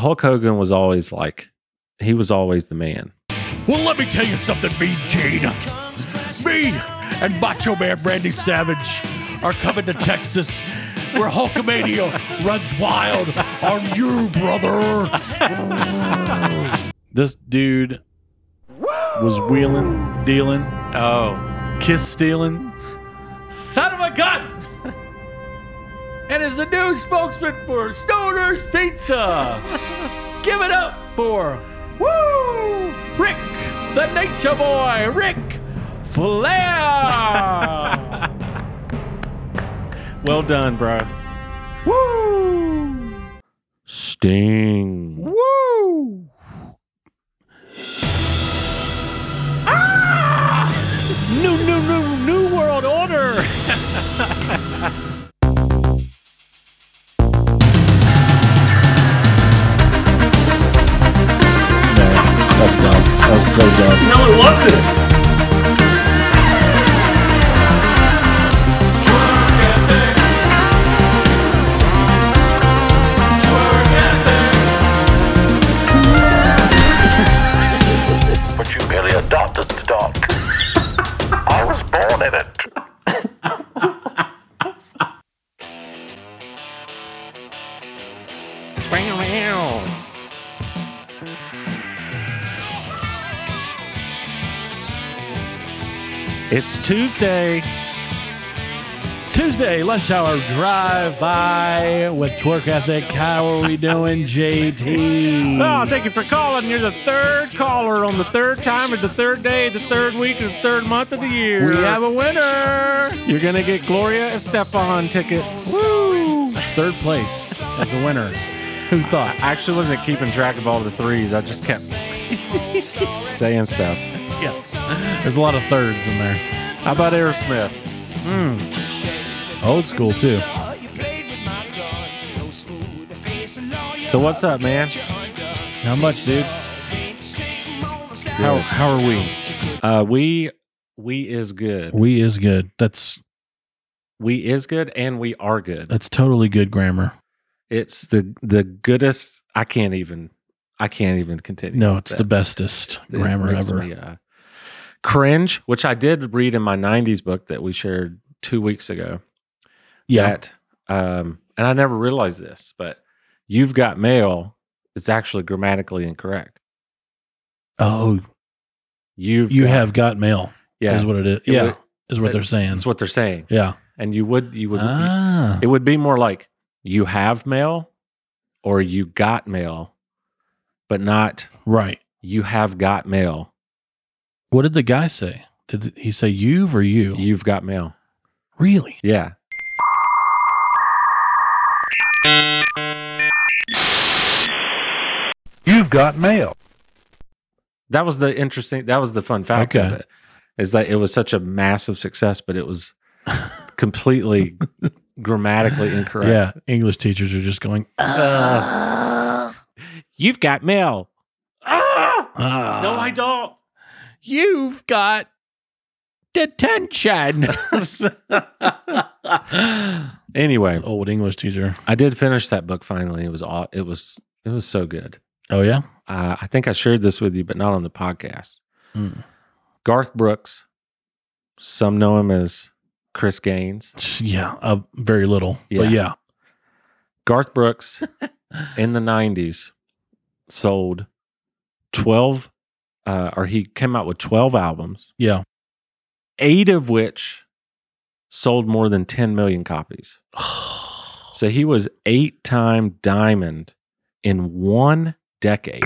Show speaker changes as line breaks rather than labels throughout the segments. Hulk Hogan was always like, he was always the man.
Well, let me tell you something, Mean Gene. Me and Macho Man Randy Savage are coming to Texas where Hulkamania runs wild on you, brother.
This dude was wheeling, dealing,
Oh,
kiss stealing.
son of a gun! and is the new spokesman for Stoner's Pizza. Give it up for Woo Rick, the Nature Boy, Rick Flair.
Well done, bro.
Woo!
Sting.
Woo!
New, new, new, new world order.
That's dumb. That's so dumb.
No, it wasn't.
but you merely adopted the dog. I was born in it.
It's Tuesday. Tuesday lunch hour drive by with Twerk Ethic. How are we doing, JT?
Oh, thank you for calling. You're the third caller on the third time of the third day, the third week, of the third month of the year.
We have a winner.
You're gonna get Gloria Estefan tickets.
Woo! Third place as a winner. Who
I
thought?
actually wasn't keeping track of all the threes. I just kept saying stuff.
There's a lot of thirds in there.
How about Aerosmith?
Old school too.
So what's up, man?
How much, dude? How how are we?
Uh, we we is good.
We is good. That's
We is good, and we are good.
that's totally good grammar.
It's the the goodest. I can't even. I can't even continue.
No,
with
it's
that.
the bestest
It
grammar
makes
ever.
me, uh, cringe, which I did read in my '90s book that we shared two weeks ago.
Yeah.
That, um, and I never realized this, but "You've Got Mail" is actually grammatically incorrect.
Oh,
You've
you
got-
have got mail.
yeah.
Is what it is.
It
yeah.
would-
is what they're saying.
That's what they're saying,
yeah.
and you would you would
Ah.
It would be more like you have mail or you got mail, but not
right.
you have got mail.
What did the guy say? Did th- he say you've or you?
You've got mail.
Really?
Yeah.
You've got mail.
That was the interesting, that was the fun fact of
Okay.
it. Is that it was such a massive success, but it was completely grammatically incorrect.
Yeah. English teachers are just going.
You've got mail. Ah!
Ah,
no, I don't.
You've got detention.
Anyway,
This old English teacher.
I did finish that book finally. It was all, it was, it was so good.
Oh yeah.
uh, I think I shared this with you, but not on the podcast. Hmm.
Mm.
Garth Brooks, some know him as Chris Gaines.
Yeah. Uh, very little. But yeah.
Garth Brooks in the 90s sold 12, uh, or he came out with 12 albums,
Yeah.
eight of which sold more than 10 million copies. So he was eight time diamond in one decade.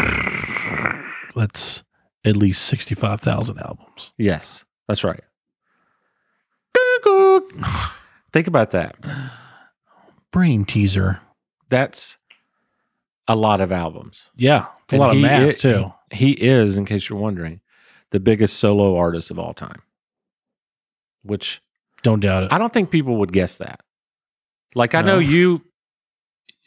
That's at least sixty-five thousand albums.
Yes, that's right. Think about that.
Brain teaser.
That's a lot of albums.
Yeah. It's a
And
lot of
he-
math
it-
too.
He is, in case you're wondering, the biggest solo artist of all time, which
Don't doubt it.
I don't think people would guess that. Like, I know
No.
you,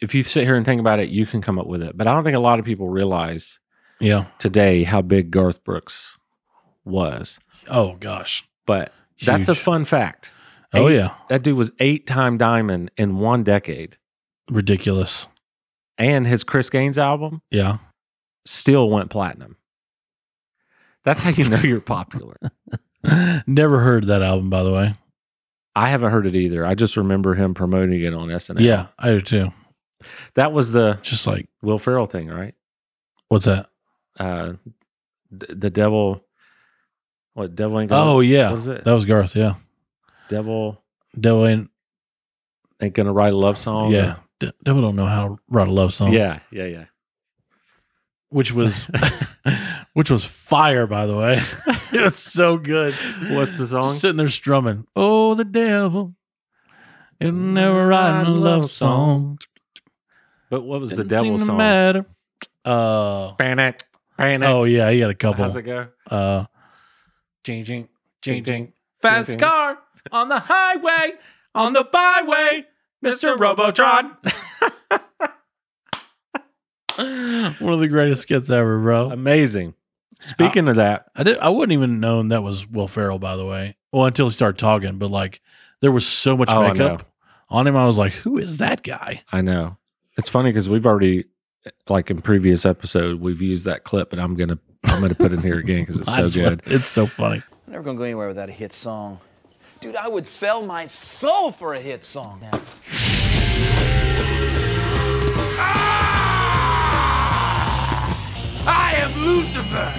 if you sit here and think about it, you can come up with it, but I don't think a lot of people realize
yeah.
today how big Garth Brooks was.
Oh gosh.
But that's a
Huge.
fun fact.
Oh
Eight-
yeah.
That dude was eight time diamond in one decade.
Ridiculous.
and his Chris Gaines album
Yeah.
still went platinum. That's how you know you're popular.
Never heard that album, by the way.
I haven't heard it either. I just remember him promoting it on SNL.
Yeah, I do too.
That was the
Just like
Will Ferrell thing, right?
what's that?
Uh, d- the devil, what devil ain't gonna,
Oh yeah,
what is it?
that was Garth. Yeah,
devil
Devil ain't.
ain't gonna write a love song.
yeah, Oh. De- Oh, Devil don't know how to write a love song.
yeah, yeah, yeah.
which was which was fire. By the way, it was so good.
What's the song?
Just sitting there strumming. Oh, the devil. It never writing a love song.
But what was the
Didn't
devil
seem to
song?
Matter. Uh,
Panic, panic.
oh yeah, he had a couple.
how's it go?
uh,
Changing,
Fast
Ding, ding.
car on the highway, on the byway, Mr. Robotron.
one of the greatest skits ever, bro.
Amazing. Speaking of that,
I did. I wouldn't even known that was Will Ferrell, by the way. Well, until he started talking, but like there was so much
Oh, I
makeup on him. I was like, who is that guy?
I know it's funny because we've already, like in previous episode, we've used that clip, and I'm gonna I'm gonna put it here again because it's
I
so
just wa-
good.
It's so funny.
I'm never gonna go anywhere without a hit song. Dude, I would sell my soul for a hit song.
I am Lucifer.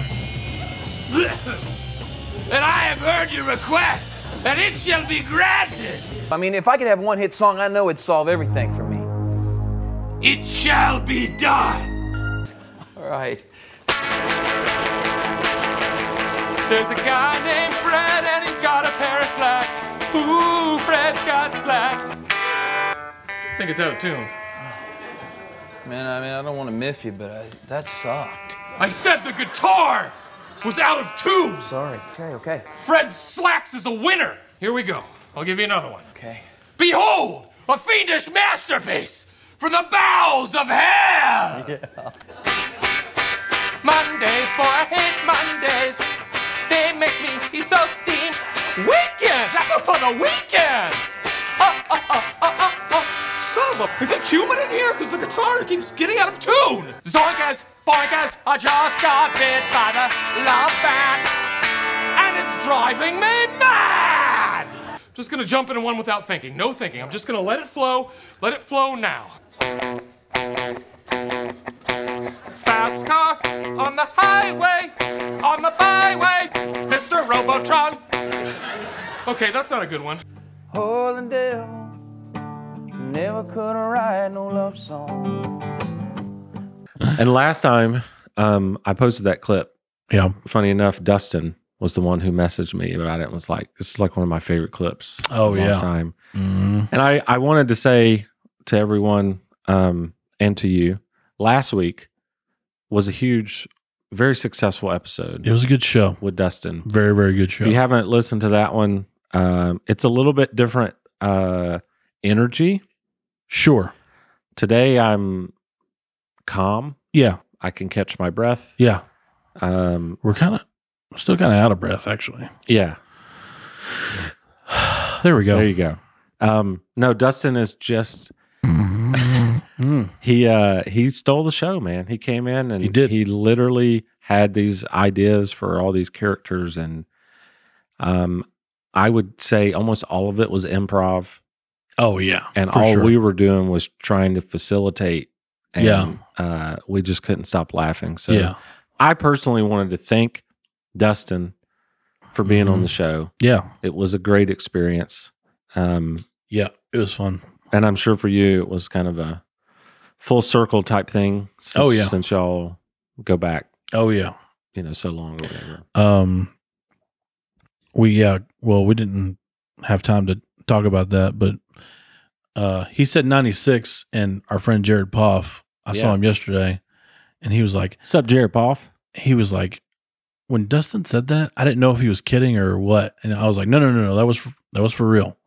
and I have heard your request, and it shall be granted.
I mean, if I could have one hit song, I know it'd solve everything for me.
It shall be done.
All right.
There's a guy named Fred, and he's got a pair of slacks. Ooh, Fred's got slacks. I think it's out of tune.
Man, I mean, I don't want to miff you, but I, that sucked.
I said the guitar was out of tune.
Sorry. Okay, okay,
Fred Slacks is a winner. Here we go. I'll give you another one.
okay.
Behold, a fiendish masterpiece from the bowels of hell. Mondays, boy, I hate Mondays. They make me so steam. Weekends, I go for the weekends. Uh, uh, uh, uh, uh, uh. Son of a- is it human in here? Because the guitar keeps getting out of tune. Zorgas, boingas, I just got bit by the love bat. And it's driving me mad. Just gonna jump into one without thinking. No thinking. I'm just gonna let it flow. Let it flow now. Fast car on the highway, on the byway, Mr. Robotron. Okay, that's not a good one.
Holy devil, never could write no love song.
And last time, um, I posted that clip.
Yeah.
Funny enough, Dustin was the one who messaged me about it and was like, "This is like one of my favorite clips." of
Oh,
all
yeah.
time.
Mhm.
And I I wanted to say to everyone um, and to you, last week was a huge, very successful episode
It was a good show.
with Dustin.
Very, very good show.
If you haven't listened to that one, um, it's a little bit different uh, energy.
sure.
Today I'm calm.
Yeah.
I can catch my breath.
Yeah.
Um,
We're kind of still kind of out of breath, actually.
yeah,
There we go.
there you go. Um, no, Dustin is just
Mm.
he uh, he stole the show, man. He came in and
He did.
He literally had these ideas for all these characters, and um, I would say almost all of it was improv.
Oh, yeah.
and
for
all
sure.
we were doing was trying to facilitate and
Yeah.
uh, we just couldn't stop laughing so
yeah.
i personally wanted to thank dustin for being on the show
Yeah.
it was a great experience um,
Yeah. It was fun.
and i'm sure for you it was kind of a full circle type thing since,
Oh, yeah.
since y'all go back
Oh, yeah.
you know so long or whatever
Um, we yeah, well, we didn't have time to talk about that, but uh, he said ninety six, and our friend Jared Poff, I saw
Yeah.
him yesterday, and he was like,
what's up jared poff
he was like, when Dustin said that, I didn't know if he was kidding or what, and I was like, no, no, no, no, that was for, that was for real,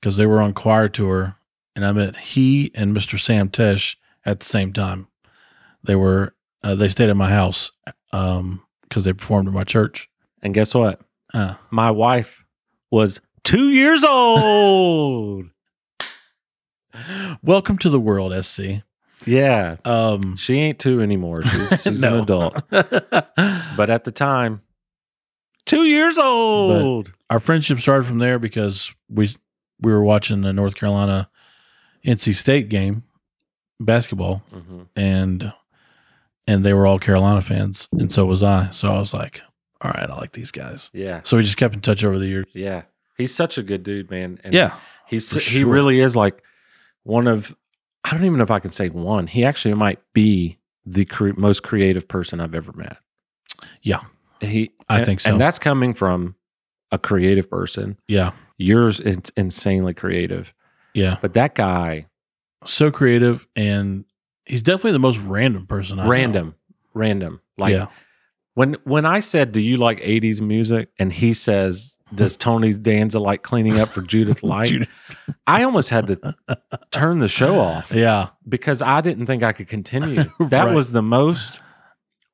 because they were on choir tour, and I met he and Mr. Sam Tesh at the same time. They were uh, they stayed at my house um because they performed at my church.
and guess what
Uh,
my wife was two years old
Welcome to the world, SC.
Yeah.
Um,
She ain't two anymore. She's, she's
No.
an adult. But at the time, two years old.
our friendship started from there because we we were watching the North Carolina NC State game basketball
Mhm.
and and they were all Carolina fans and so was I. So I was like, all right, I like these guys.
Yeah.
So we just kept in touch over the years.
Yeah. He's such a good dude, man. And
Yeah.
He's
For
he
sure.
really is like one of I don't even know if I can say one. He actually might be the cre- most creative person I've ever met.
Yeah.
He
I
and-
think so.
And that's coming from a creative person.
Yeah.
Yours is insanely creative.
Yeah.
But that guy
So creative and he's definitely the most random person I know.
random, random. Like
yeah.
when when I said do you like 80s music and he says does Tony Danza like cleaning up for Judith Light?
Judith.
I almost had to turn the show off.
Yeah.
because I didn't think I could continue. That
Right.
was the most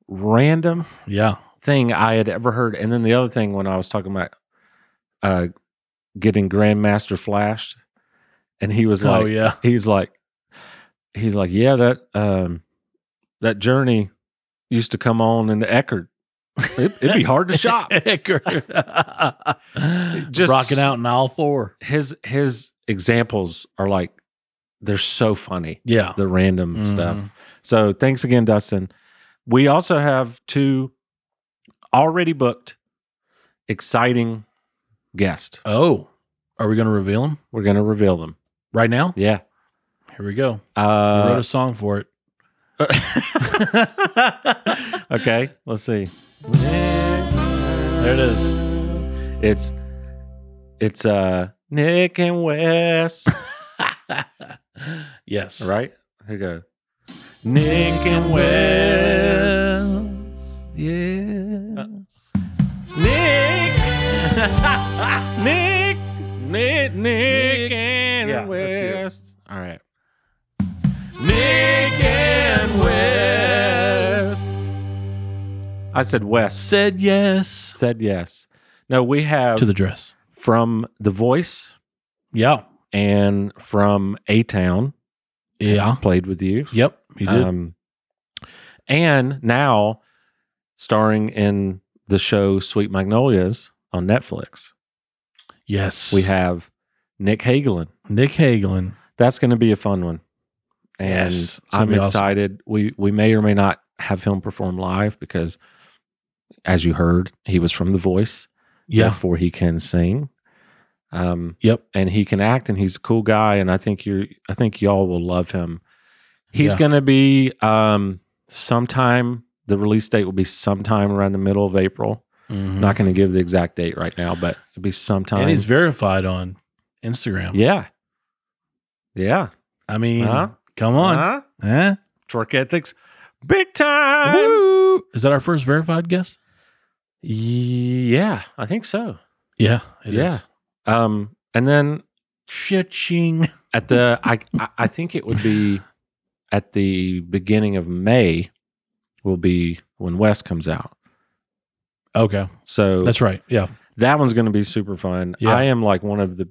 random
Yeah.
thing I had ever heard. And then the other thing when I was talking about uh getting Grandmaster flashed, and he was like
oh yeah.
he's like he's like, Yeah, that um that journey used to come on in the Eckerd. It, it'd be hard to shop.
just rocking out in all four.
His his examples are like they're so funny.
Yeah.
The random stuff.
Mhm.
So thanks again, Dustin. We also have two already booked exciting guests.
Oh, are we going to reveal them
We're going to reveal them.
right now?
Yeah.
Here we go. I wrote
Uh,
a song for it.
okay. Let's see.
There it is.
It's it's uh Nick and Wes,
Yes.
right? Here we go. Nick and Wes. Uh,
Yeah.
Nick. Nick. Nick. Nick and
Yeah,
West. All right. Nick and West. I said West.
Said yes
Said yes. No, we have
to the dress.
from The Voice
Yeah.
and from A Town.
Yeah.
Played with you.
Yep. He did.
Um, and now starring in the show Sweet Magnolias on Netflix.
yes.
we have Nick Hagelin.
Nick Hagelin.
That's going to be a fun one. And
Yes, it's gonna
I'm
be awesome.
excited. We we may or may not have him perform live because as you heard, he was from The Voice.
Yeah.
Therefore he can sing. Um
Yep.
and he can act and he's a cool guy and I think you're I think y'all will love him. He's
Yeah.
going to be um sometime the release date will be sometime around the middle of April.
Mhm.
I'm not going to give the exact date right now, but it'll be sometime.
and he's verified on Instagram.
yeah. Uh-huh. Yeah.
I mean,
Huh?
come on.
Huh?
Eh?
Twerk ethics, big time.
Woo! Is that our first verified guest?
Yeah, I think so.
Yeah. It is.
Yeah. Um, and then
Cha-ching.
at the, I, I- I think it would be at the beginning of May, will be when West comes out.
Okay.
So
That's right. Yeah.
that one's going to be super fun.
Yeah.
I am like one of the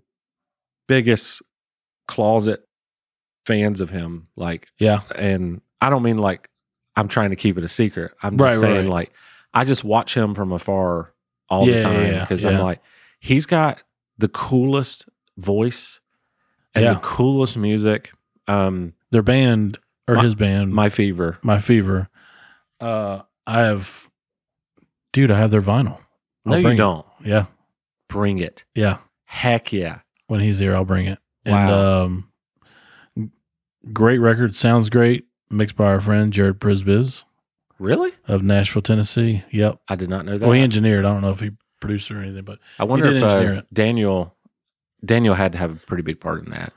biggest closet fans of him. Like,
Yeah.
and I don't mean like I'm trying to keep it a secret. I'm just
Right, right,
saying
right.
like I just watch him from afar all
Yeah,
the
yeah,
time
yeah,
because
yeah.
I'm like he's got the coolest voice and
Yeah.
the coolest music. Um,
Their band or
My-
his band,
my fever.
my fever. Uh, I have, dude. I have their vinyl. I'll
No, you
bring it.
don't.
Yeah,
Bring it.
yeah.
Heck yeah.
When he's here, I'll bring it. And
Wow.
um, great record. Sounds great. Mixed by our friend Jared Prisbiz
Really?
of Nashville, Tennessee. Yep.
I did not know that.
Well, he engineered. I don't know if he produced or anything, but
I wonder
did
if
engineer
uh,
it.
Daniel Daniel had to have a pretty big part in that.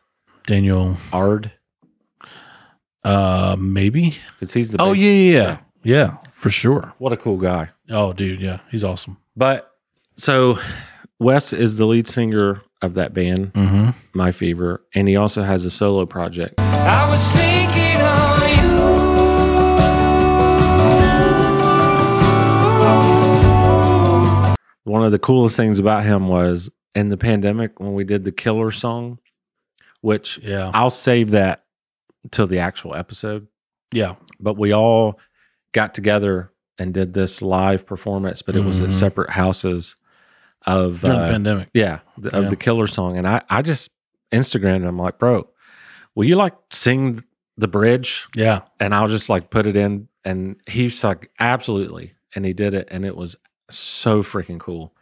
Daniel,
Ard,
uh, maybe.
because he's the
Oh
bass-
yeah, yeah, yeah, yeah, for sure.
What a cool guy.
Oh, dude, yeah, he's awesome.
But so Wes is the lead singer of that band,
Mm-hmm.
My Fever, and he also has a solo project.
I was thinking of you.
One of the coolest things about him was in the pandemic when we did the killer song, which
Yeah.
I'll save that till the actual episode
Yeah.
but we all got together and did this live performance, but it was at
Mhm.
separate houses of
During
uh,
the pandemic.
yeah, the, of
Yeah.
the killer song. And I, I just Instagrammed and I'm like, bro, will you like sing the bridge?
Yeah.
And I'll just like put it in. And he's like, absolutely. And he did it. And it was so freaking cool.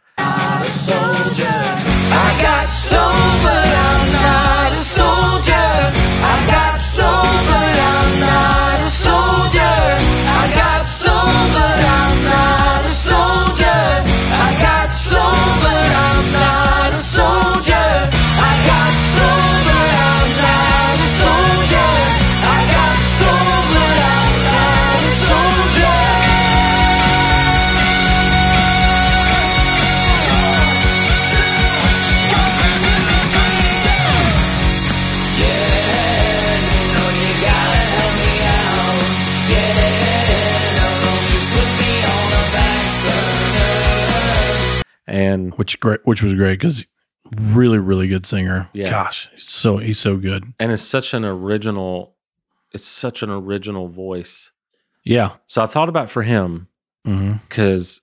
And
Which great which was great because really, really good singer.
Yeah.
Gosh. he's So he's so good.
and it's such an original, it's such an original voice.
Yeah.
So I thought about for him
hmm
because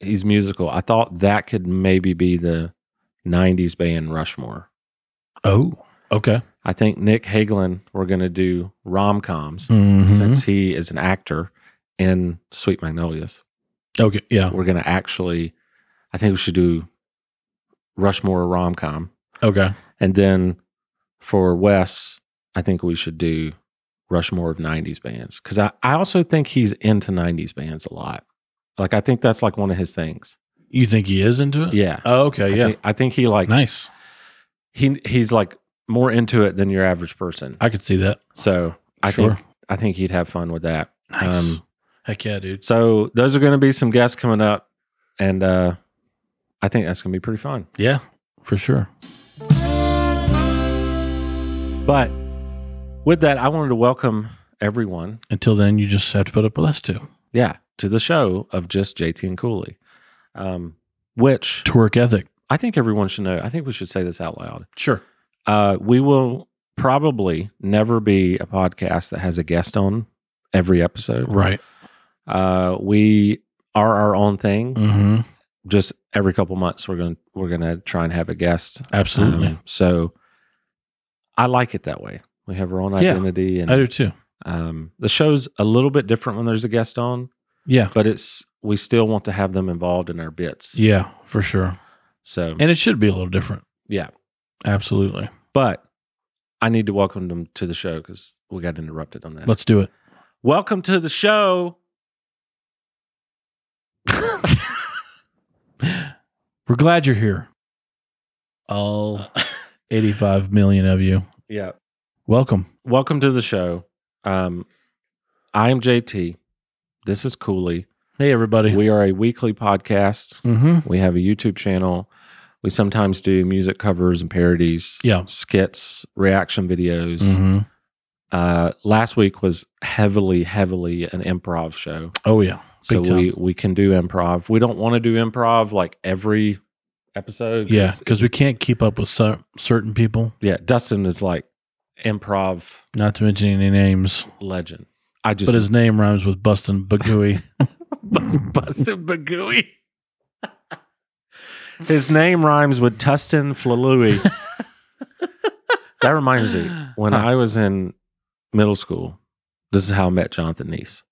he's musical. I thought that could maybe be the 90s band Rushmore.
Oh. Okay.
I think Nick Hagelin, we're going to do rom coms
Mhm.
since he is an actor in Sweet Magnolias.
Okay. Yeah.
We're going to actually, I think we should do Rushmore rom com.
Okay.
And then for Wes, I think we should do Rushmore of 90s bands because I, I also think he's into 90s bands a lot. Like, I think that's like one of his things.
You think he is into it?
Yeah.
Oh, okay.
I
Yeah.
think, I think he like,
Nice.
he he's like more into it than your average person.
I could see that.
So I
Sure.
think I think he'd have fun with that.
Nice.
Um,
Heck yeah, dude.
So those are going to be some guests coming up, and uh, I think that's going to be pretty fun.
Yeah. For sure.
But with that, I wanted to welcome everyone,
Until then, you just have to put up with us too.
yeah, to the show of just JT and Cooley, um, which
To work ethic.
I think everyone should know. I think we should say this out loud.
Sure.
Uh, we will probably never be a podcast that has a guest on every episode.
Right.
Uh, we are our own thing.
Mm-hmm.
Just every couple months, we're going to we're going to try and have a guest.
Absolutely.
Um, so I like it that way. We have our own
Yeah,
identity,
I
and
do too.
um, the show's a little bit different when there's a guest on,
Yeah.
but it's we still want to have them involved in our bits.
Yeah, for sure.
So
And it should be a little different.
yeah,
Absolutely.
but I need to welcome them to the show because we got interrupted on that.
Let's do it.
welcome to the show.
We're glad you're here. All 85 million of you.
Yeah,
Welcome.
welcome to the show. Um, I am JT. This is Cooley.
Hey, everybody.
We are a weekly podcast.
mm-hmm.
We have a YouTube channel. We sometimes do music covers and parodies,
Yeah.
skits, reaction videos.
Mm-hmm.
Uh, last week was heavily, heavily an improv show.
Oh, yeah.
So
Big time.
we, we can do improv. We don't want to do improv like every episode. 'cause-
Yeah. Because we can't keep up with cer- certain people,
Yeah. Dustin is like improv
not to mention any names,
legend. I just
but his name rhymes with Bustin' Bagooey.
busted Bagooey. His name rhymes with Tustin Flalooey. that reminds me, when I was in middle school, this is how I met Jonathan Neese.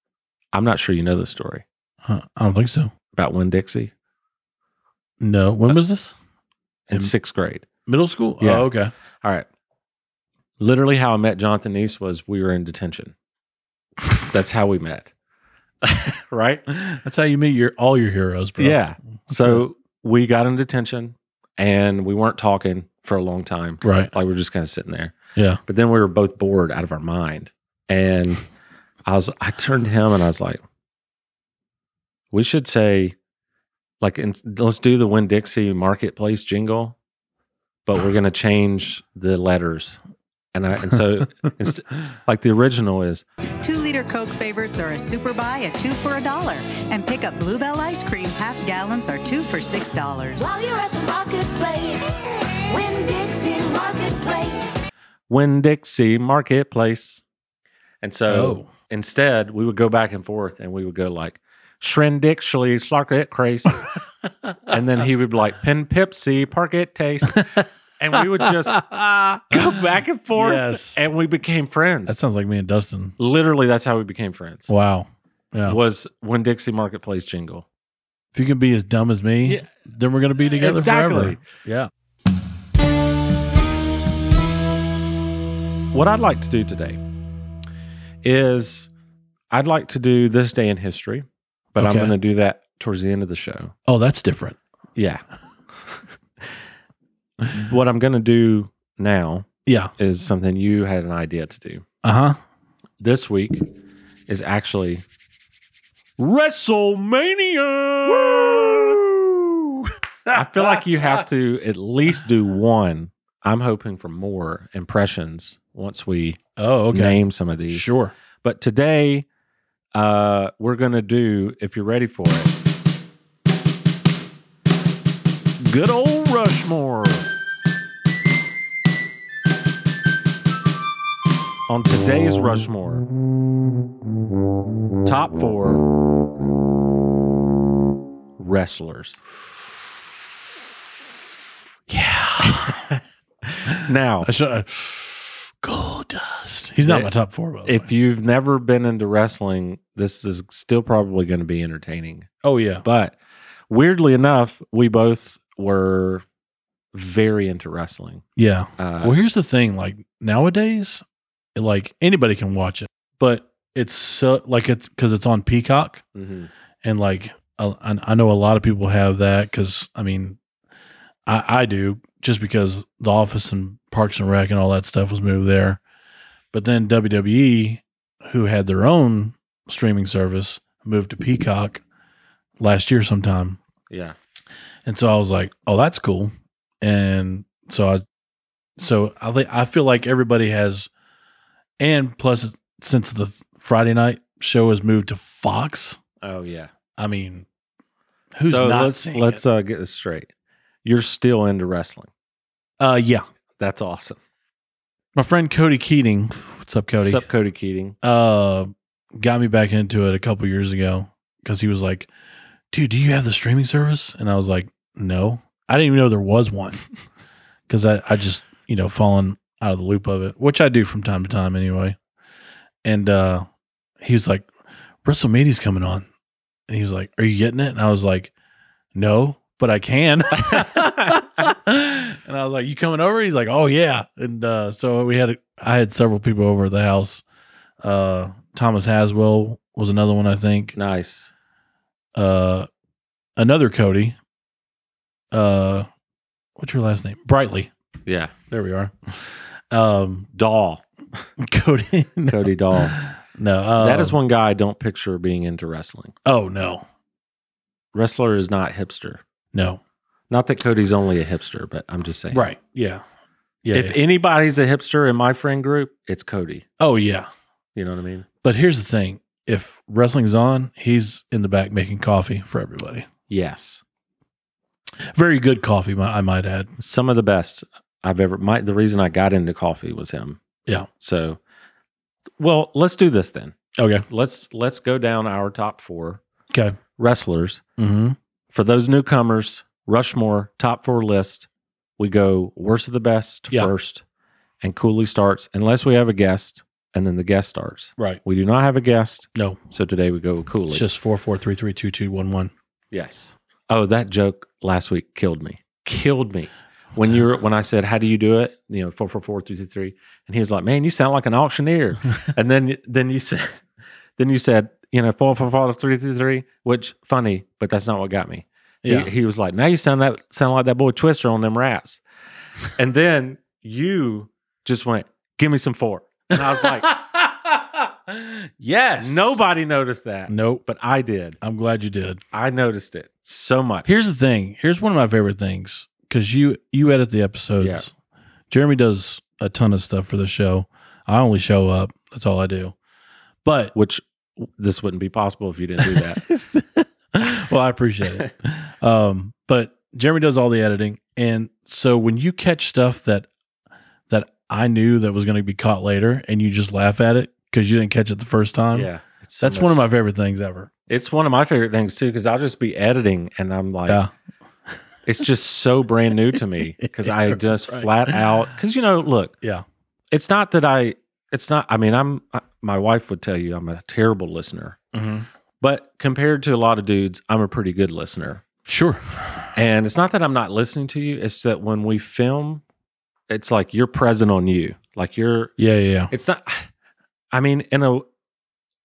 I'm not sure you know the story
huh, I don't think so.
about Win Dixie
No. When was this?
in
In-
sixth grade.
Middle school?
Yeah.
Oh, okay.
All right. Literally, how I met Jonathan Neese was we were in detention. That's how we met. right?
That's how you meet your all your heroes, bro.
Yeah.
That's
so we got in detention and we weren't talking for a long time.
it. right.
Like we were just kind of sitting there.
Yeah.
But then we were both bored out of our mind. And I was I turned to him and I was like, we should say, like, in, let's do the Win Dixie marketplace jingle, but we're gonna change the letters. And I and so it's like the original is
Two liter Coke favorites are a super buy, a two for a dollar. And pick up Bluebell ice cream, half gallons are two for six dollars.
While you're at the marketplace, Winn Dixie Marketplace.
Win Dixie marketplace. And
Oh.
so instead, we would go back and forth and we would go like, Shrendick, Shlee, Slarket, Crace. and then he would be like, Pen Pipsy, Park It Taste. And we would just go back and forth.
Yes.
And we became friends.
that sounds like me and Dustin.
Literally, that's how we became friends.
Wow. Yeah.
Was when Dixie Marketplace jingle.
If you can be as dumb as me,
Yeah.
then we're going to be together
Exactly.
forever. Yeah.
What I'd like to do today is I'd like to do this day in history, but I'm
Okay.
going to do that towards the end of the show.
Oh, that's different.
Yeah. what I'm going to do now
Yeah.
is something you had an idea to do.
Uh huh.
This week is actually WrestleMania. I feel like you have to at least do one. I'm hoping for more impressions once we
Oh, okay.
name some of these.
Sure.
But today, uh, we're going to do, if you're ready for it, good old Rushmore. On today's Rushmore, top four wrestlers. Yeah. now,
I should, uh, gold dust. He's not
Yeah.
my top four, by the way.
if you've never been into wrestling, this is still probably going to be entertaining.
Oh, yeah.
But weirdly enough, we both were very into wrestling.
Yeah.
Uh,
Well, here's the thing. Like nowadays, like anybody can watch it, but it's so like it's because it's on Peacock,
mhm.
and like I, I know a lot of people have that because I mean, I, I do just because The Office and Parks and Rec and all that stuff was moved there, but then WWE, who had their own streaming service, moved to Peacock last year sometime,
Yeah.
and so I was like, "Oh, that's cool." And so I, so I think I feel like everybody has, and plus since the Friday night show has moved to Fox,
Oh yeah.
I mean, who's
so
not?
let's
seeing
let's
it?
uh, get this straight. You're still into wrestling.
Uh, yeah,
That's awesome.
my friend Cody Keating, what's up, Cody?
What's up, Cody Keating?
Uh, got me back into it a couple years ago because he was like, "Dude, do you have the streaming service?" And I was like, "No, I didn't even know there was one," because I I just you know fallen out of the loop of it, which I do from time to time anyway. And uh, he was like, "WrestleMania's coming on," and he was like, "Are you getting it?" And I was like, "No." But I can, and I was like, "You coming over?" He's like, "Oh yeah." And uh, so we had, a, I had several people over at the house, uh, Thomas Haswell was another one, I think.
Nice.
Uh, another Cody. Uh, what's your last name? Brightly.
Yeah.
There we are. Um,
Dahl.
Cody. no,
Cody Dahl.
no uh,
that is one guy I don't picture being into wrestling.
Oh no,
Wrestler is not hipster.
no.
Not that Cody's only a hipster, but I'm just saying.
Right. Yeah. Yeah.
if
yeah.
anybody's a hipster in my friend group, it's Cody.
oh yeah.
You know what I mean?
But here's the thing: if wrestling's on, he's in the back making coffee for everybody.
Yes.
Very good coffee, mi- I might add.
some of the best I've ever. My the reason I got into coffee was him.
Yeah.
So, well, let's do this then.
Okay.
Let's let's go down our top four
Okay.
wrestlers
Mm-hmm.
for those newcomers. Rushmore top four list. We go worst of the best
Yeah.
first, and Cooley starts unless we have a guest, and then the guest starts.
Right.
We do not have a guest,
No,
so today we go with Cooley.
it's just four four three three two two one one.
Yes. Oh, that joke last week killed me. Killed me. When you were when I said, How do you do it? You know, four four four three three three. And he was like, Man, you sound like an auctioneer. and then then you said then you said, you know, four four four three three three, which funny, but that's not what got me. He-
Yeah.
He, was like, Now you sound that sound like that boy Twister on them raps. and then you just went, Give me some four. And I was like,
yes.
Nobody noticed that.
Nope.
But I did.
I'm glad you did.
I noticed it so much.
Here's the thing. Here's one of my favorite things because you you edit the episodes. Jeremy does a ton of stuff for the show. I only show up. That's all I do. But
which this wouldn't be possible if you didn't do that.
well, I appreciate it. Um, but Jeremy does all the editing, and so when you catch stuff that that I knew that was going to be caught later, and you just laugh at it because you didn't catch it the first time.
yeah, it's so
That's
much-
one of my favorite things ever.
It's one of my favorite things too because I'll just be editing and I'm like,
yeah.
it's just so brand new to me because I just
Right.
flat out because you know, look,
Yeah.
it's not that I, it's not. I mean, I'm I, my wife would tell you I'm a terrible listener, but compared to a lot of dudes, I'm a pretty good listener.
Sure.
And it's not that I'm not listening to you; it's that when we film, it's like you're present on you, like you're
Yeah. Yeah. yeah.
it's not i mean in a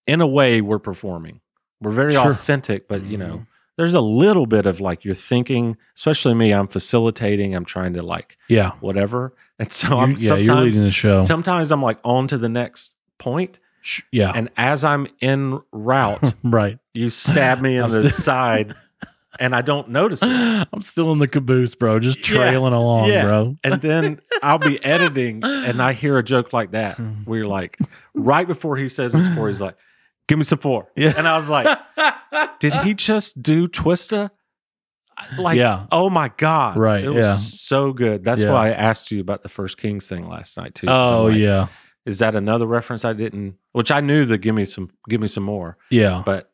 in a way we're performing we're very
Sure. Mm-hmm.
authentic but you know there's a little bit of like you're thinking especially me i'm facilitating i'm trying to like
Yeah.
whatever and so
You-
i'm
yeah. You're leading
sometimes
the show.
sometimes i'm like on to the next point
Sh- yeah.
and as i'm en route
right.
you stab me in
I'm
the
still-
side and i don't notice it
I'm still in the caboose, bro. Just
Yeah.
trailing along,
Yeah.
bro.
and then I'll be editing and I hear a joke like that. We're like, right before he says his four, he's like, give me some four.
Yeah.
And I was like, did he just do Twista? Like,
Yeah.
oh my God.
Right,
It was
yeah.
so good. That's
Yeah.
why I asked you about the first Kings thing last night, too. 'cause I'm
Oh
like,
yeah.
Is that another reference I didn't, which I knew the give me some, give me some more,
Yeah.
but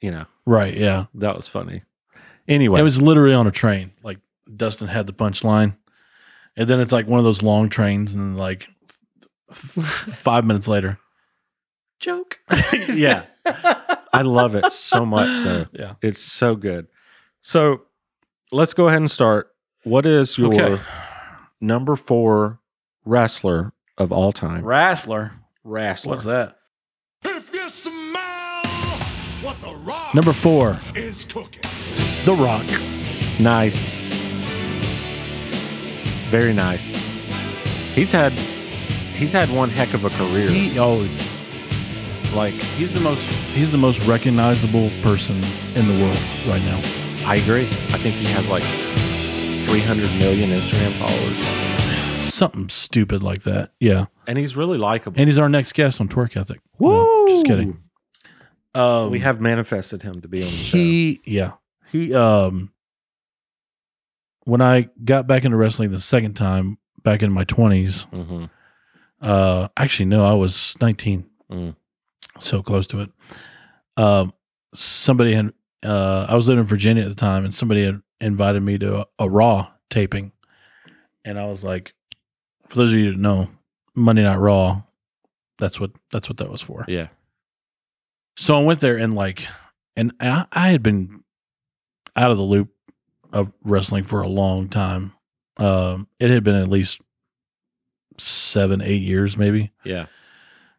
you know,
Right. Yeah.
that was funny. Anyway,
It was literally on a train. Like Dustin had the punchline, and then it's like one of those long trains, and like f- f- five minutes later, joke.
yeah. I love it so much though.
Yeah.
It's so good. So let's go ahead and start. What is your
Okay.
number four wrestler of all time?
Wrestler.
wrestler.
What's that?
If you smell what the rock
Number four,
is cooking.
The Rock.
Nice. Very nice. He's had he's had one heck of a career.
He oh,
like
he's the most he's the most recognizable person in the world right now.
I agree. I think he has like 300 million Instagram followers,
Something stupid like that. Yeah,
and he's really likable.
and he's our next guest on Twerk Ethic. No, just kidding. Um,
We have manifested him to be on the show.
he yeah he um when i got back into wrestling the second time back in my 20s
hmm
uh actually no i was 19
Mm.
so close to it um somebody had uh i was living in virginia at the time and somebody had invited me to a, a raw taping and i was like for those of you that know monday night raw that's what that's what that was for
Yeah.
so I went there and like, and I, I had been out of the loop of wrestling for a long time. Um, it had been at least seven, eight years, maybe.
Yeah.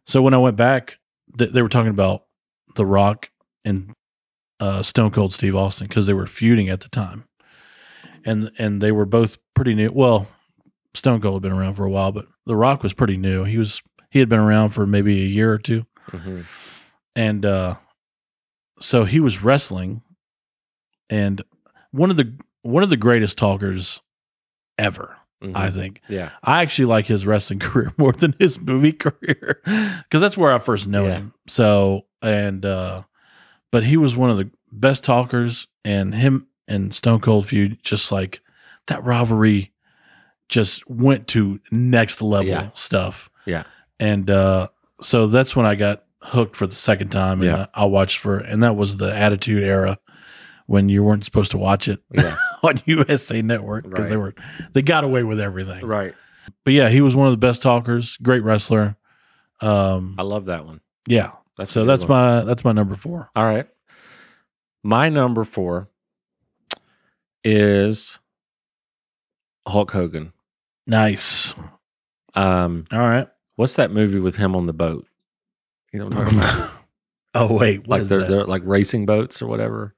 So when I went back, th- they were talking about The Rock and uh, Stone Cold Steve Austin because they were feuding at the time, and and they were both pretty new. Well, Stone Cold had been around for a while, but The Rock was pretty new. He was he had been around for maybe a year or two
hmm
and uh so he was wrestling and one of the one of the greatest talkers ever
Mm-hmm.
i think
yeah.
i actually like his wrestling career more than his movie career because that's where i first know
Yeah.
him so and uh but he was one of the best talkers and him and stone cold feud just like that rivalry just went to next level
Yeah.
stuff
Yeah.
and uh so that's when I got hooked for the second time, and
Yeah.
I watched for, and that was the Attitude Era when you weren't supposed to watch it
Yeah.
on USA Network because they were they got away with everything.
Right.
But yeah, he was one of the best talkers, great wrestler. Um,
I love that one.
yeah,
That's
so that's my that's my number four.
my all right. My number four is Hulk Hogan.
Nice.
Um,
All right.
what's that movie with him on the boat? You know, what I'm talking about?
oh wait, what
like
is
they're
that?
they're like racing boats or whatever.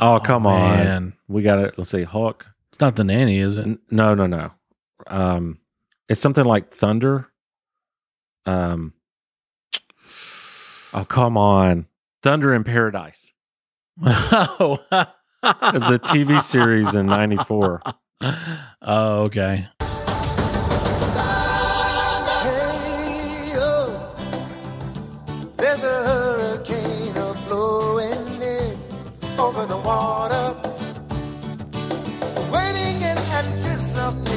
Oh come on,
man.
we got it. Let's see, Hulk.
It's not the nanny, is it?
N- no, no, no. Um, it's something like Thunder. Um, oh come on, Thunder in Paradise.
oh,
It's a TV series in '94.
Oh, okay.
Hey, oh, there's a hurricane a blowing in over the water. Waiting in anticipation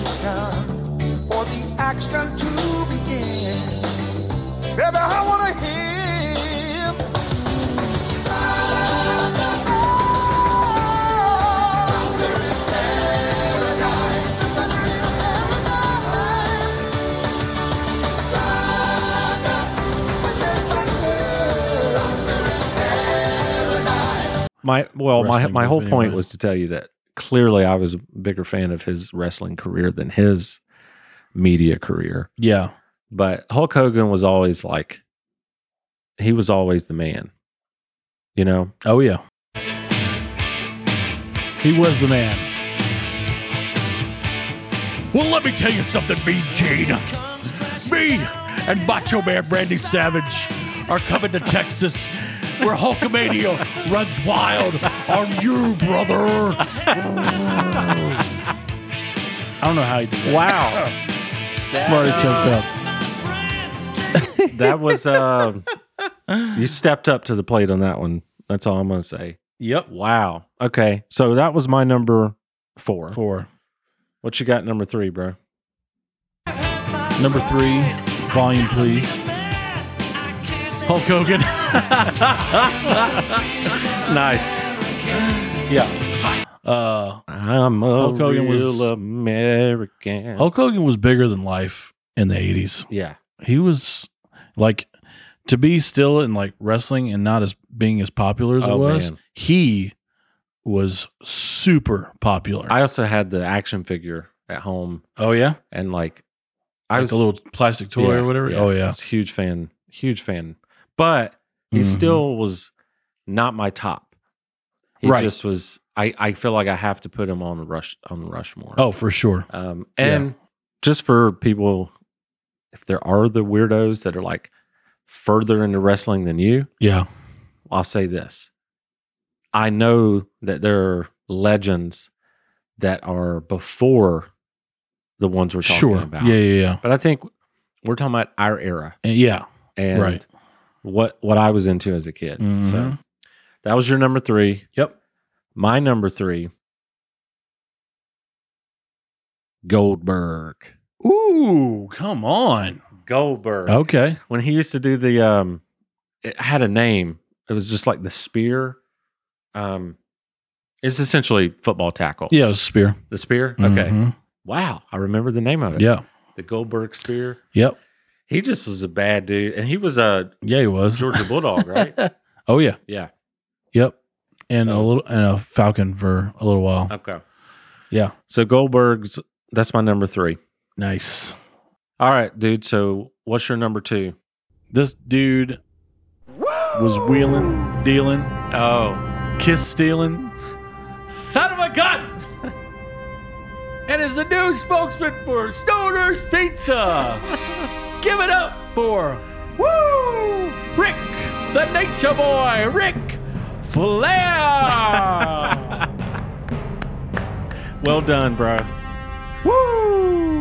for the action to begin.
My well, my
Wrestling
my
group
whole point
anyway.
was to tell you that clearly I was a bigger fan of his wrestling career than his media career.
Yeah.
But Hulk Hogan was always like he was always the man. You know?
Oh yeah. He was the man.
Well, let me tell you something, Mean Gene. Me and Macho Man Randy Savage are coming to Texas where Hulkamania runs wild on you, brother.
I don't know how he did that.
Wow.
I'm already choked up.
that was uh you stepped up to the plate on that one. That's all I'm gonna say.
Yep.
Wow. Okay. So that was my number four.
Four.
What you got number three, bro?
Number three, volume please. Hulk Hogan.
Nice. Yeah.
Uh
I'm a Hulk Hogan
Hogan was-
real American.
Hulk Hogan was bigger than life in the eighties.
Yeah.
He was like to be still in like wrestling and not as being as popular as
Oh,
it was,
man.
he was super popular.
I also had the action figure at home
oh yeah?
and like I
Like
was
the little plastic toy
yeah,
or whatever. Oh
I
yeah.
was a huge fan. Huge fan. But he
Mhm.
still was not my top. He
Right.
just was I, I feel like I have to put him on rush on Rushmore.
Oh, for sure.
Um,
Yeah.
and just for people, if there are the weirdos that are like further into wrestling than you,
Yeah.
I'll say this. I know that there are legends that are before the ones we're talking
Sure.
about.
Yeah, yeah, yeah.
But I think we're talking about our era
And yeah.
and
Right.
what what I was into as a kid. So
Mhm.
that was your number three.
Yep.
My number three, Goldberg.
Ooh, come on.
Goldberg.
Okay.
Oh. When he used to do the um it had a name. It was just like the spear. Um it's essentially football tackle.
Yeah, it was a spear.
The spear? Okay.
Mhm.
Wow. I remember the name of it.
Yeah.
The Goldberg spear.
Yep.
He just was a bad dude. And he was a
Yeah, he was.
Georgia Bulldog, right?
Oh yeah.
Yeah.
Yep. And a
So-
little and a falcon for a little while.
Okay.
Yeah.
So Goldberg's that's my number three.
Nice.
All right, dude. So what's your number two?
This dude was wheeling, dealing,
Oh.
kiss stealing.
Son of a gun! and is the new spokesman for Stoner's Pizza. Give it up for Woo! Rick, the Nature Boy, Rick Flair!
Well done, bro.
Woo!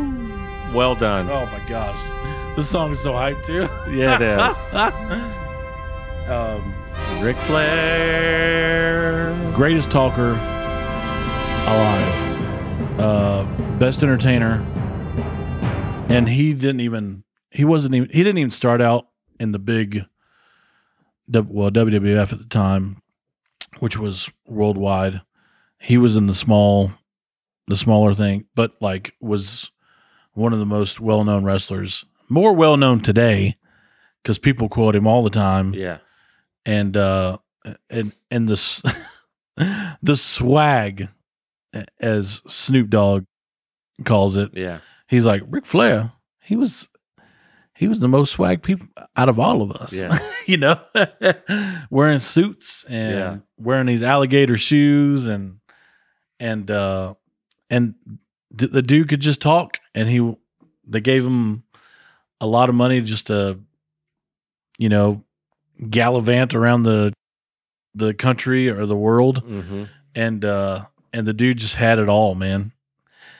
Well done.
Oh my gosh. This song is so hyped too.
Yeah, it is.
Um,
Ric Flair.
greatest talker alive. Uh, best entertainer. And he didn't even he wasn't even he didn't even start out in the big W- well WWF at the time, which was worldwide. He was in the small the smaller thing, but like was one of the most well-known wrestlers. More well-known today cuz people quote him all the time
Yeah.
and uh and and the s- the swag as Snoop Dogg calls it.
Yeah.
He's like Ric Flair. He was he was the most swag people out of all of us.
Yeah.
you know, wearing suits and
Yeah.
wearing these alligator shoes and and uh and d- the dude could just talk and he they gave him a lot of money just to you know gallivant around the the country or the world
Mm-hmm.
and uh and the dude just had it all man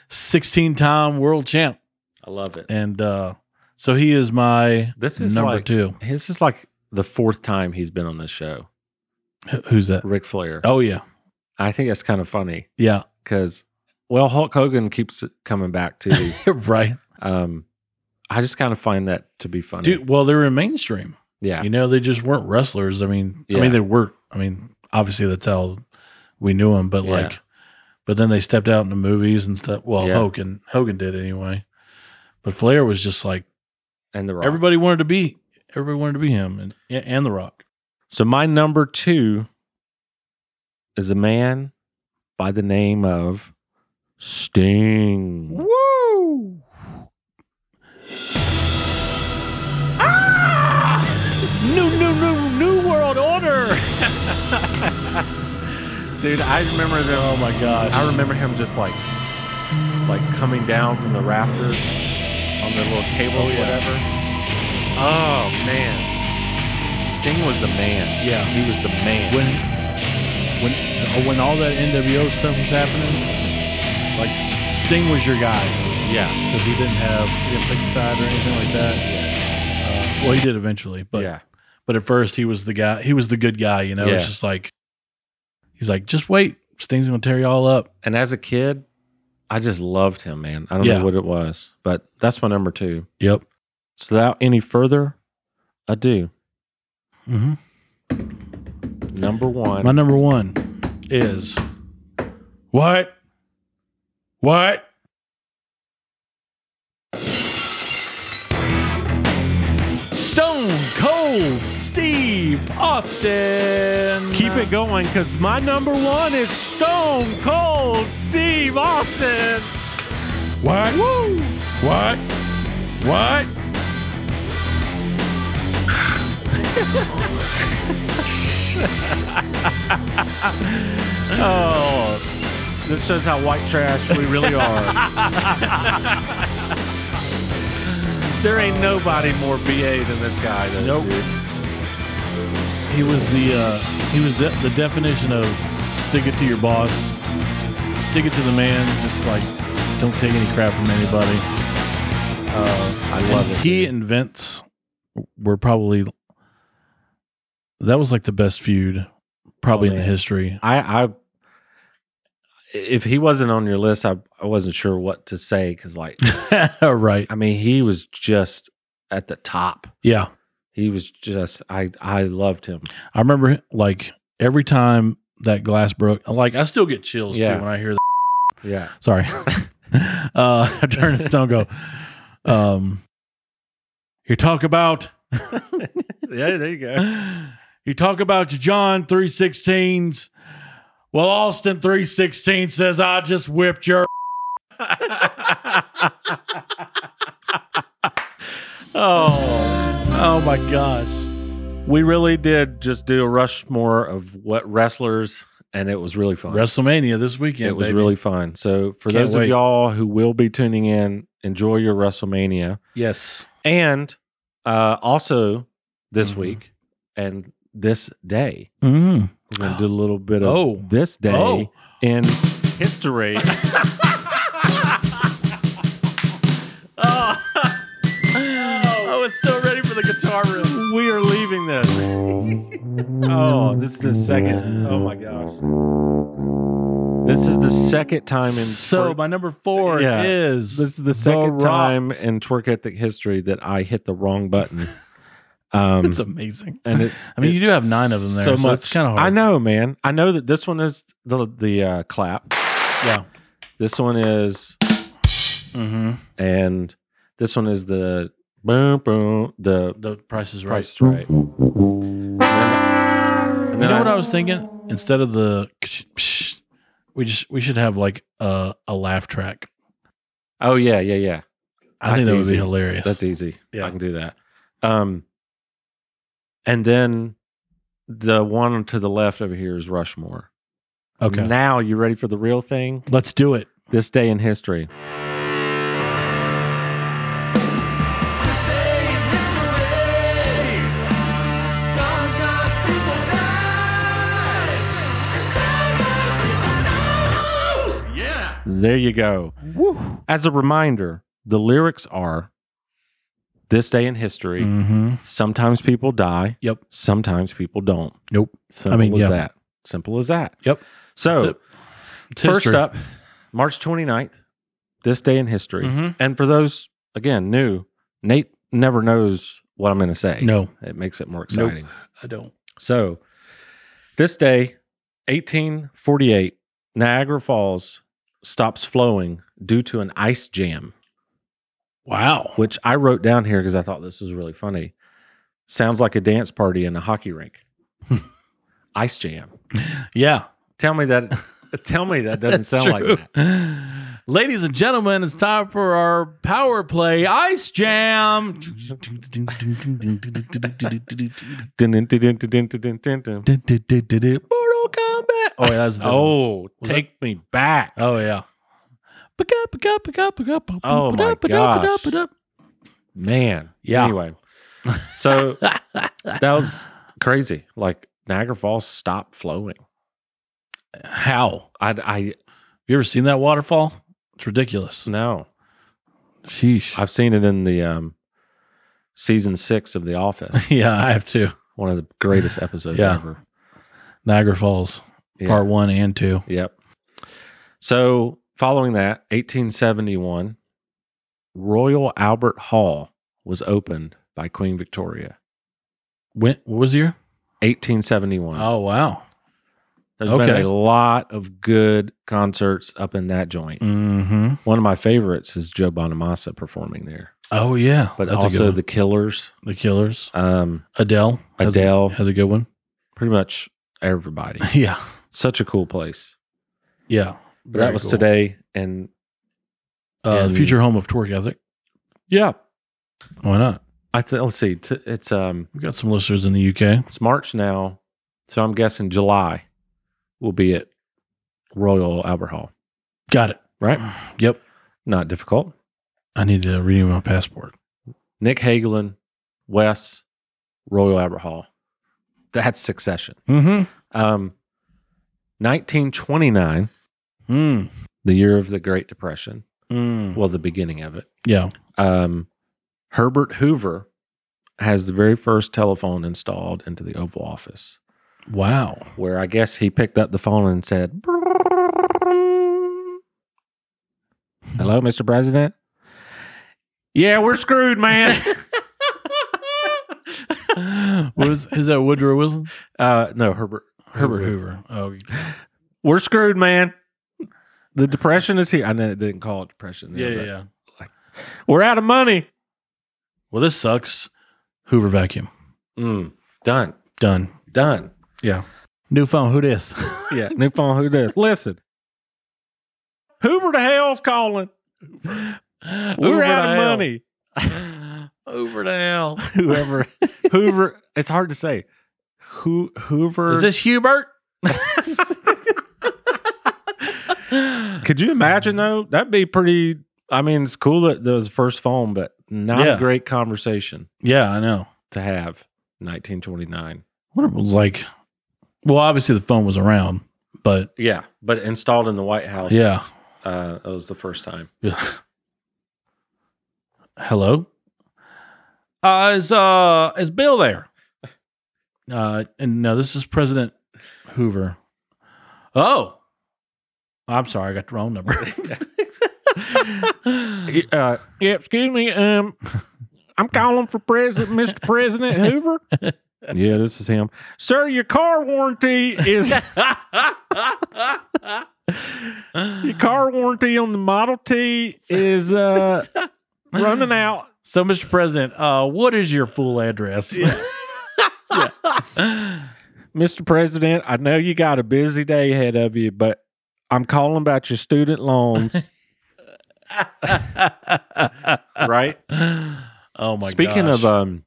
16 time world champ
I love it.
and uh so he is my
This is
number
like-
two
This is like the fourth time he's been on this show.
Wh- who's that
Ric Flair.
oh yeah
I think that's kind of funny
yeah
because, well, Hulk Hogan keeps coming back to.
right
um, I just kind of find that to be funny.
dude well they were in mainstream
yeah.
you know they just weren't wrestlers i mean
Yeah.
i mean they were i mean obviously that's how we knew them but
Yeah.
like but then they stepped out into movies and stuff well
Yeah.
hogan hogan did anyway but flair was just like
and the Rock.
everybody wanted to be everybody wanted to be him and and the rock
So my number two is a man by the name of Sting.
Woo!
New, new, new, new world order. Dude, I remember them.
Oh my gosh.
I remember him just like, like coming down from the rafters on the little cables,
Oh, yeah.
whatever. Oh man, Sting was the man.
Yeah.
he was the man.
when when uh, when all that NWO stuff was happening, like S- Sting was your guy
yeah,
because he didn't have he didn't pick a side or anything like that. Uh, well, he did eventually, but
yeah,
but at first he was the guy. He was the good guy, you know. It's
Yeah.
just like he's like, just wait, Sting's gonna tear you all up.
and as a kid, I just loved him, man. I don't
Yeah.
know what it was, but that's my number two.
Yep.
So without any further ado,
hmm
number one.
My number one is what? What?
Stone Cold Steve Austin.
Keep it going because my number one is Stone Cold Steve Austin.
What? What? What?
Oh, this shows how white trash we really are. there ain't nobody more BA than this guy. Though,
Nope. He was the uh, he was the, the definition of stick it to your boss, stick it to the man. Just like don't take any crap from anybody.
I
And
Uh, love it.
He
dude.
and Vince were probably that was like the best feud probably
Oh,
in the
man.
history.
I, I, if he wasn't on your list, I, I wasn't sure what to say because, like,
right?
I mean, he was just at the top.
Yeah,
He was just, I, I loved him.
I remember like every time that glass broke. Like I still get chills
Yeah.
too when I hear
Yeah.
Sorry. uh I turn to Stone go. Um you talk about
yeah, there you go.
you talk about your John 316s. Well, Austin 316 says I just whipped your
Oh,
Oh my gosh.
we really did just do a Rushmore of what wrestlers, and it was really fun.
WrestleMania this weekend.
it was
baby.
really fun. So, for
Can't
those
wait.
of y'all who will be tuning in, enjoy your WrestleMania.
Yes.
And uh, also this
Mhm.
week and this day,
Mm.
we're going to do a little bit of
Oh.
this day
Oh.
in history. oh. I was so ready for the guitar riff. We are leaving this. oh, this is the second. Oh my gosh. This is the second time in
So
twer-
my number four
Yeah.
is
this is the second
Rock.
time in twerk ethic history that I hit the wrong button. Um,
It's amazing.
and it,
I mean, you
it-
do have nine of them there, so, it's kind of hard.
I know, man. I know that this one is the the uh, clap.
Yeah.
This one is,
Mm-hmm.
and this one is the boom boom the
The price is right.
price is right. And then, and
You
then
know what
I,
I was thinking? Instead of the, ksh- psh, we just we should have like a a laugh track.
oh yeah yeah yeah
I think
That's
that would
easy.
be hilarious.
that's easy.
Yeah.
I can do that. Um, and then the one to the left over here is Rushmore.
Okay,
Now you ready for the real thing?
let's do it.
This day in history. There you go. As a reminder, the lyrics are this day in history.
Mm-hmm.
Sometimes people die.
Yep.
Sometimes people don't.
Nope.
Simple
mean,
as
yeah.
that. Simple as that.
Yep. That's
So
it. It's
first
history.
up, March 29th, this day in history.
Mhm.
And for those again new, Nate never knows what I'm going to say.
No,
It makes it more
Nope.
exciting.
I don't.
So, this day, 1848, Niagara Falls stops flowing due to an ice jam,
Wow.
which I wrote down here because I thought this was really funny. Sounds like a dance party in a hockey rink. ice jam.
Yeah.
Tell me that. Tell me that doesn't sound like that.
Ladies and gentlemen, it's time for our power play ice jam.
Dun-dun-dun-dun-dun-dun-dun-dun-dun.
Mortal Kombat. Oh, yeah, that's the
Oh, take me back.
Oh yeah.
Oh, my gosh. Man.
Yeah.
Anyway, so that was crazy. Like Niagara Falls stopped flowing.
How?
I, I
You ever seen that waterfall? It's ridiculous.
no.
Sheesh.
I've seen it in the um, season six of The Office.
yeah, I have two.
One of the greatest episodes
Yeah.
ever.
Niagara Falls,
Yeah.
part one and two.
Yep. So following that, 1871, Royal Albert Hall was opened by Queen Victoria.
When, what was the year?
1871.
Oh wow.
There's
okay.
been a lot of good concerts up in that joint.
Mm-hmm.
One of my favorites is Joe Bonamassa performing there,
Oh yeah.
but
That's a
also
good
the
one.
Killers,
the Killers.
um,
Adele. has a-
Adele.
has a good one.
pretty much everybody.
yeah.
Such a cool place.
Yeah.
But
Very
that was
cool.
today, and
Uh,
and-
future home of Torque Ethic.
yeah,
Why not?
I th- let's see. T- it's um,
We got some listeners in the UK.
It's March now, so I'm guessing July will be at Royal Albert Hall,
Got it.
right?
Yep.
Not difficult.
I need to renew my passport.
Nick Hagelin, Wes, Royal Albert Hall. That's succession.
Mm-hmm.
Um, 1929,
Mm.
the year of the Great Depression,
Mm.
well, the beginning of it.
Yeah.
Um, Herbert Hoover has the very first telephone installed into the Oval Office,
Wow.
where I guess he picked up the phone and said, Hello, Mr. President. Yeah, we're screwed, man.
what is, is that Woodrow Wilson?
uh, no, Herbert.
Herbert Hoover. Oh,
We're screwed, man. The depression is here. I know it didn't call it depression.
yeah,
then,
yeah,
but
yeah.
We're out of money.
Well, this sucks. Hoover vacuum.
Mm, done.
Done.
Done.
Yeah. New phone. Who this?
Yeah. New phone. Who does? Listen. Hoover the hell's calling. We're
Hoover
out
to
of
hell.
money.
Hoover to hell.
Whoever. Hoover. It's hard to say. Who Hoover?
Is this Hubert?
Could you imagine though? That'd be pretty. I mean, it's cool that there was the first phone, but not
Yeah.
a great conversation
Yeah, I know.
to have. 1929.
What it was like. Well, obviously the phone was around, but
Yeah, but installed in the White House.
yeah.
uh, that was the first time.
Yeah. Hello? Uh, is uh is Bill there? Uh and no, this is President Hoover. Oh. I'm sorry, I got the wrong number.
Uh, yeah, excuse me. Um, I'm calling for President, Mr. President Hoover. yeah, this is him, sir. Your car warranty is your car warranty on the Model T is uh, running out.
so Mr. President, uh what is your full address?
Mr. President, I know you got a busy day ahead of you, but I'm calling about your student loans. right.
oh my god.
Speaking of um,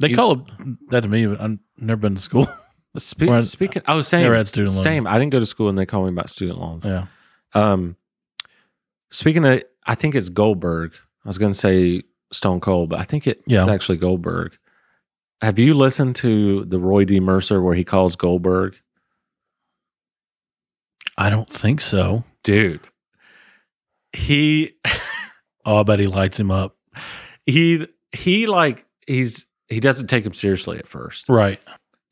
they call it that to me, but I've never been to school.
spe-
Or- uh,
speaking. Oh, same.
Never had student loans.
Same. I didn't go to school, and they called me about student loans.
yeah.
Um, speaking of, I think it's Goldberg. I was going to say Stone Cold, but I think it's
Yeah.
actually Goldberg. Have you listened to the Roy D. Mercer where he calls Goldberg?
I don't think so.
Dude, he
Oh, I bet he lights him up.
he he like he's he doesn't take him seriously at first,
Right.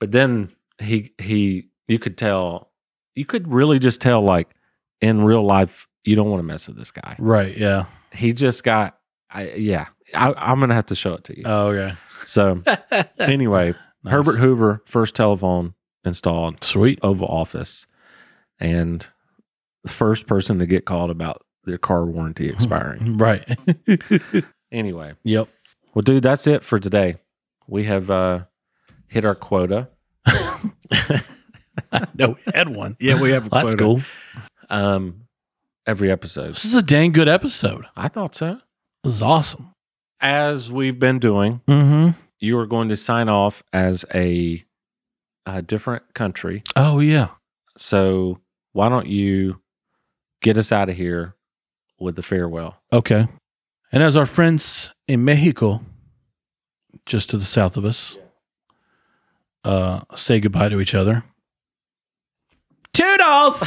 but then he he you could tell you could really just tell like in real life you don't want to mess with this guy.
Right. Yeah.
He just got I yeah. I, I'm gonna have to show it to you.
Oh, okay.
So anyway,
Nice.
Herbert Hoover first telephone installed
Sweet.
Oval Office, and the first person to get called about their car warranty expiring.
Right.
anyway,
yep.
well, dude, that's it for today. We have uh, hit our quota.
no, we had one.
Yeah, we have a
Well, that's
quota.
cool.
Um, every episode.
This is a dang good episode.
I thought so.
This is awesome.
As we've been doing,
Mm-hmm.
you are going to sign off as a, a different country.
Oh yeah.
So why don't you get us out of here with the farewell?
Okay. And as our friends in Mexico, just to the south of us, uh, say goodbye to each other.
Toodles!